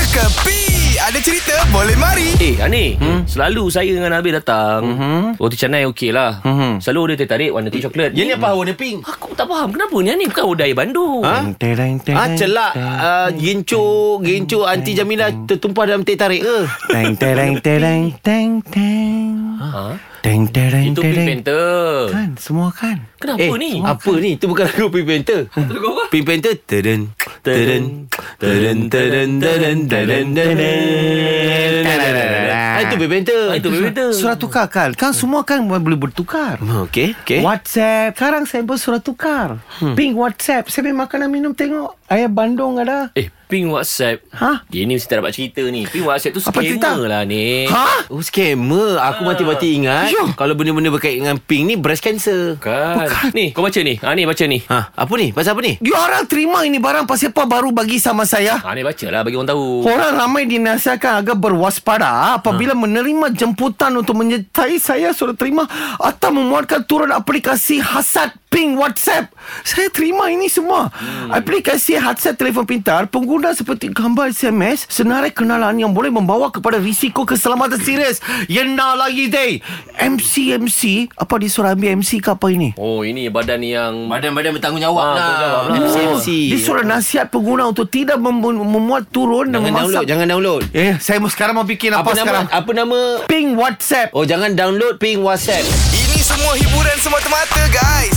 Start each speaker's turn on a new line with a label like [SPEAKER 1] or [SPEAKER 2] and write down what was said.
[SPEAKER 1] Kepi Ada cerita boleh mari
[SPEAKER 2] Eh Ani hmm? Selalu saya dengan Nabil datang mm-hmm. Roti canai okey lah mm-hmm. Selalu dia tertarik warna tu coklat
[SPEAKER 3] Yang ni apa warna pink?
[SPEAKER 2] Aku tak faham Kenapa ni Ani bukan odai Bandung
[SPEAKER 3] Ha?
[SPEAKER 4] Tereng tereng.
[SPEAKER 3] Ah, celak uh, Gincu Gincu Anti Jamila Tertumpah dalam teh tarik ke?
[SPEAKER 4] Tereng tereng tereng tereng tereng.
[SPEAKER 2] ha?
[SPEAKER 4] Tereng tereng
[SPEAKER 2] Itu Pink
[SPEAKER 4] tereng.
[SPEAKER 2] Panther
[SPEAKER 4] Kan semua kan.
[SPEAKER 2] Kenapa
[SPEAKER 3] Eh,
[SPEAKER 2] ni
[SPEAKER 3] Apa ni? Itu bukan lagu Pink Panther.
[SPEAKER 2] lagu apa?
[SPEAKER 3] Pink Panther teren teren teren teren teren teren teren. Ah, itu Pink Panther.
[SPEAKER 2] Ah, Itu Pink Panther
[SPEAKER 4] Surat tukar kan. Kan semua kan boleh bertukar.
[SPEAKER 3] Hmm, Okey, okey.
[SPEAKER 4] WhatsApp Sekarang sampel surat tukar hmm. Ping WhatsApp Saya main makanan minum Tengok Ayah Bandung ada
[SPEAKER 2] Eh Pink WhatsApp
[SPEAKER 4] Ha?
[SPEAKER 2] Dia ni mesti tak dapat cerita ni Pink WhatsApp tu
[SPEAKER 4] Apa cerita?
[SPEAKER 2] scammer lah ni
[SPEAKER 3] Ha? Oh, scammer. Aku
[SPEAKER 2] Ah.
[SPEAKER 3] mati-mati ingat kalau benda-benda berkait dengan pink ni breast cancer.
[SPEAKER 2] Bukan. Ni kau baca ni Ha ni baca ni
[SPEAKER 3] Ha, apa ni? Pasal apa ni?
[SPEAKER 4] You orang terima ini barang Pasal apa baru bagi sama saya
[SPEAKER 2] Ha ni baca lah bagi orang tahu
[SPEAKER 4] Oh. Orang ramai dinasihatkan agar berwaspada apabila ha. menerima jemputan untuk menyertai saya surat terima atau memuatkan turun aplikasi hasad ping WhatsApp. Saya terima ini semua. Hmm. Aplikasi hasad telefon pintar pengguna seperti gambar SMS senarai kenalan yang boleh membawa kepada risiko keselamatan serius. Yena lagi day. MC MC apa disuruh ambil MC ke apa ini?
[SPEAKER 2] Oh ini badan yang
[SPEAKER 3] Badan-badan bertanggungjawab
[SPEAKER 2] Ah, bertanggungjawab lah.
[SPEAKER 3] MCMC.
[SPEAKER 4] Disuruh nasihat pengguna untuk tidak mem- memuat turun dan
[SPEAKER 3] Jangan download,
[SPEAKER 4] memasak.
[SPEAKER 3] jangan download.
[SPEAKER 4] Eh, saya mau sekarang mau bikin apa,
[SPEAKER 3] Apa nama?
[SPEAKER 4] sekarang?
[SPEAKER 3] Apa nama
[SPEAKER 4] Ping WhatsApp.
[SPEAKER 3] Oh jangan download ping WhatsApp.
[SPEAKER 1] Ini semua hiburan semata-mata guys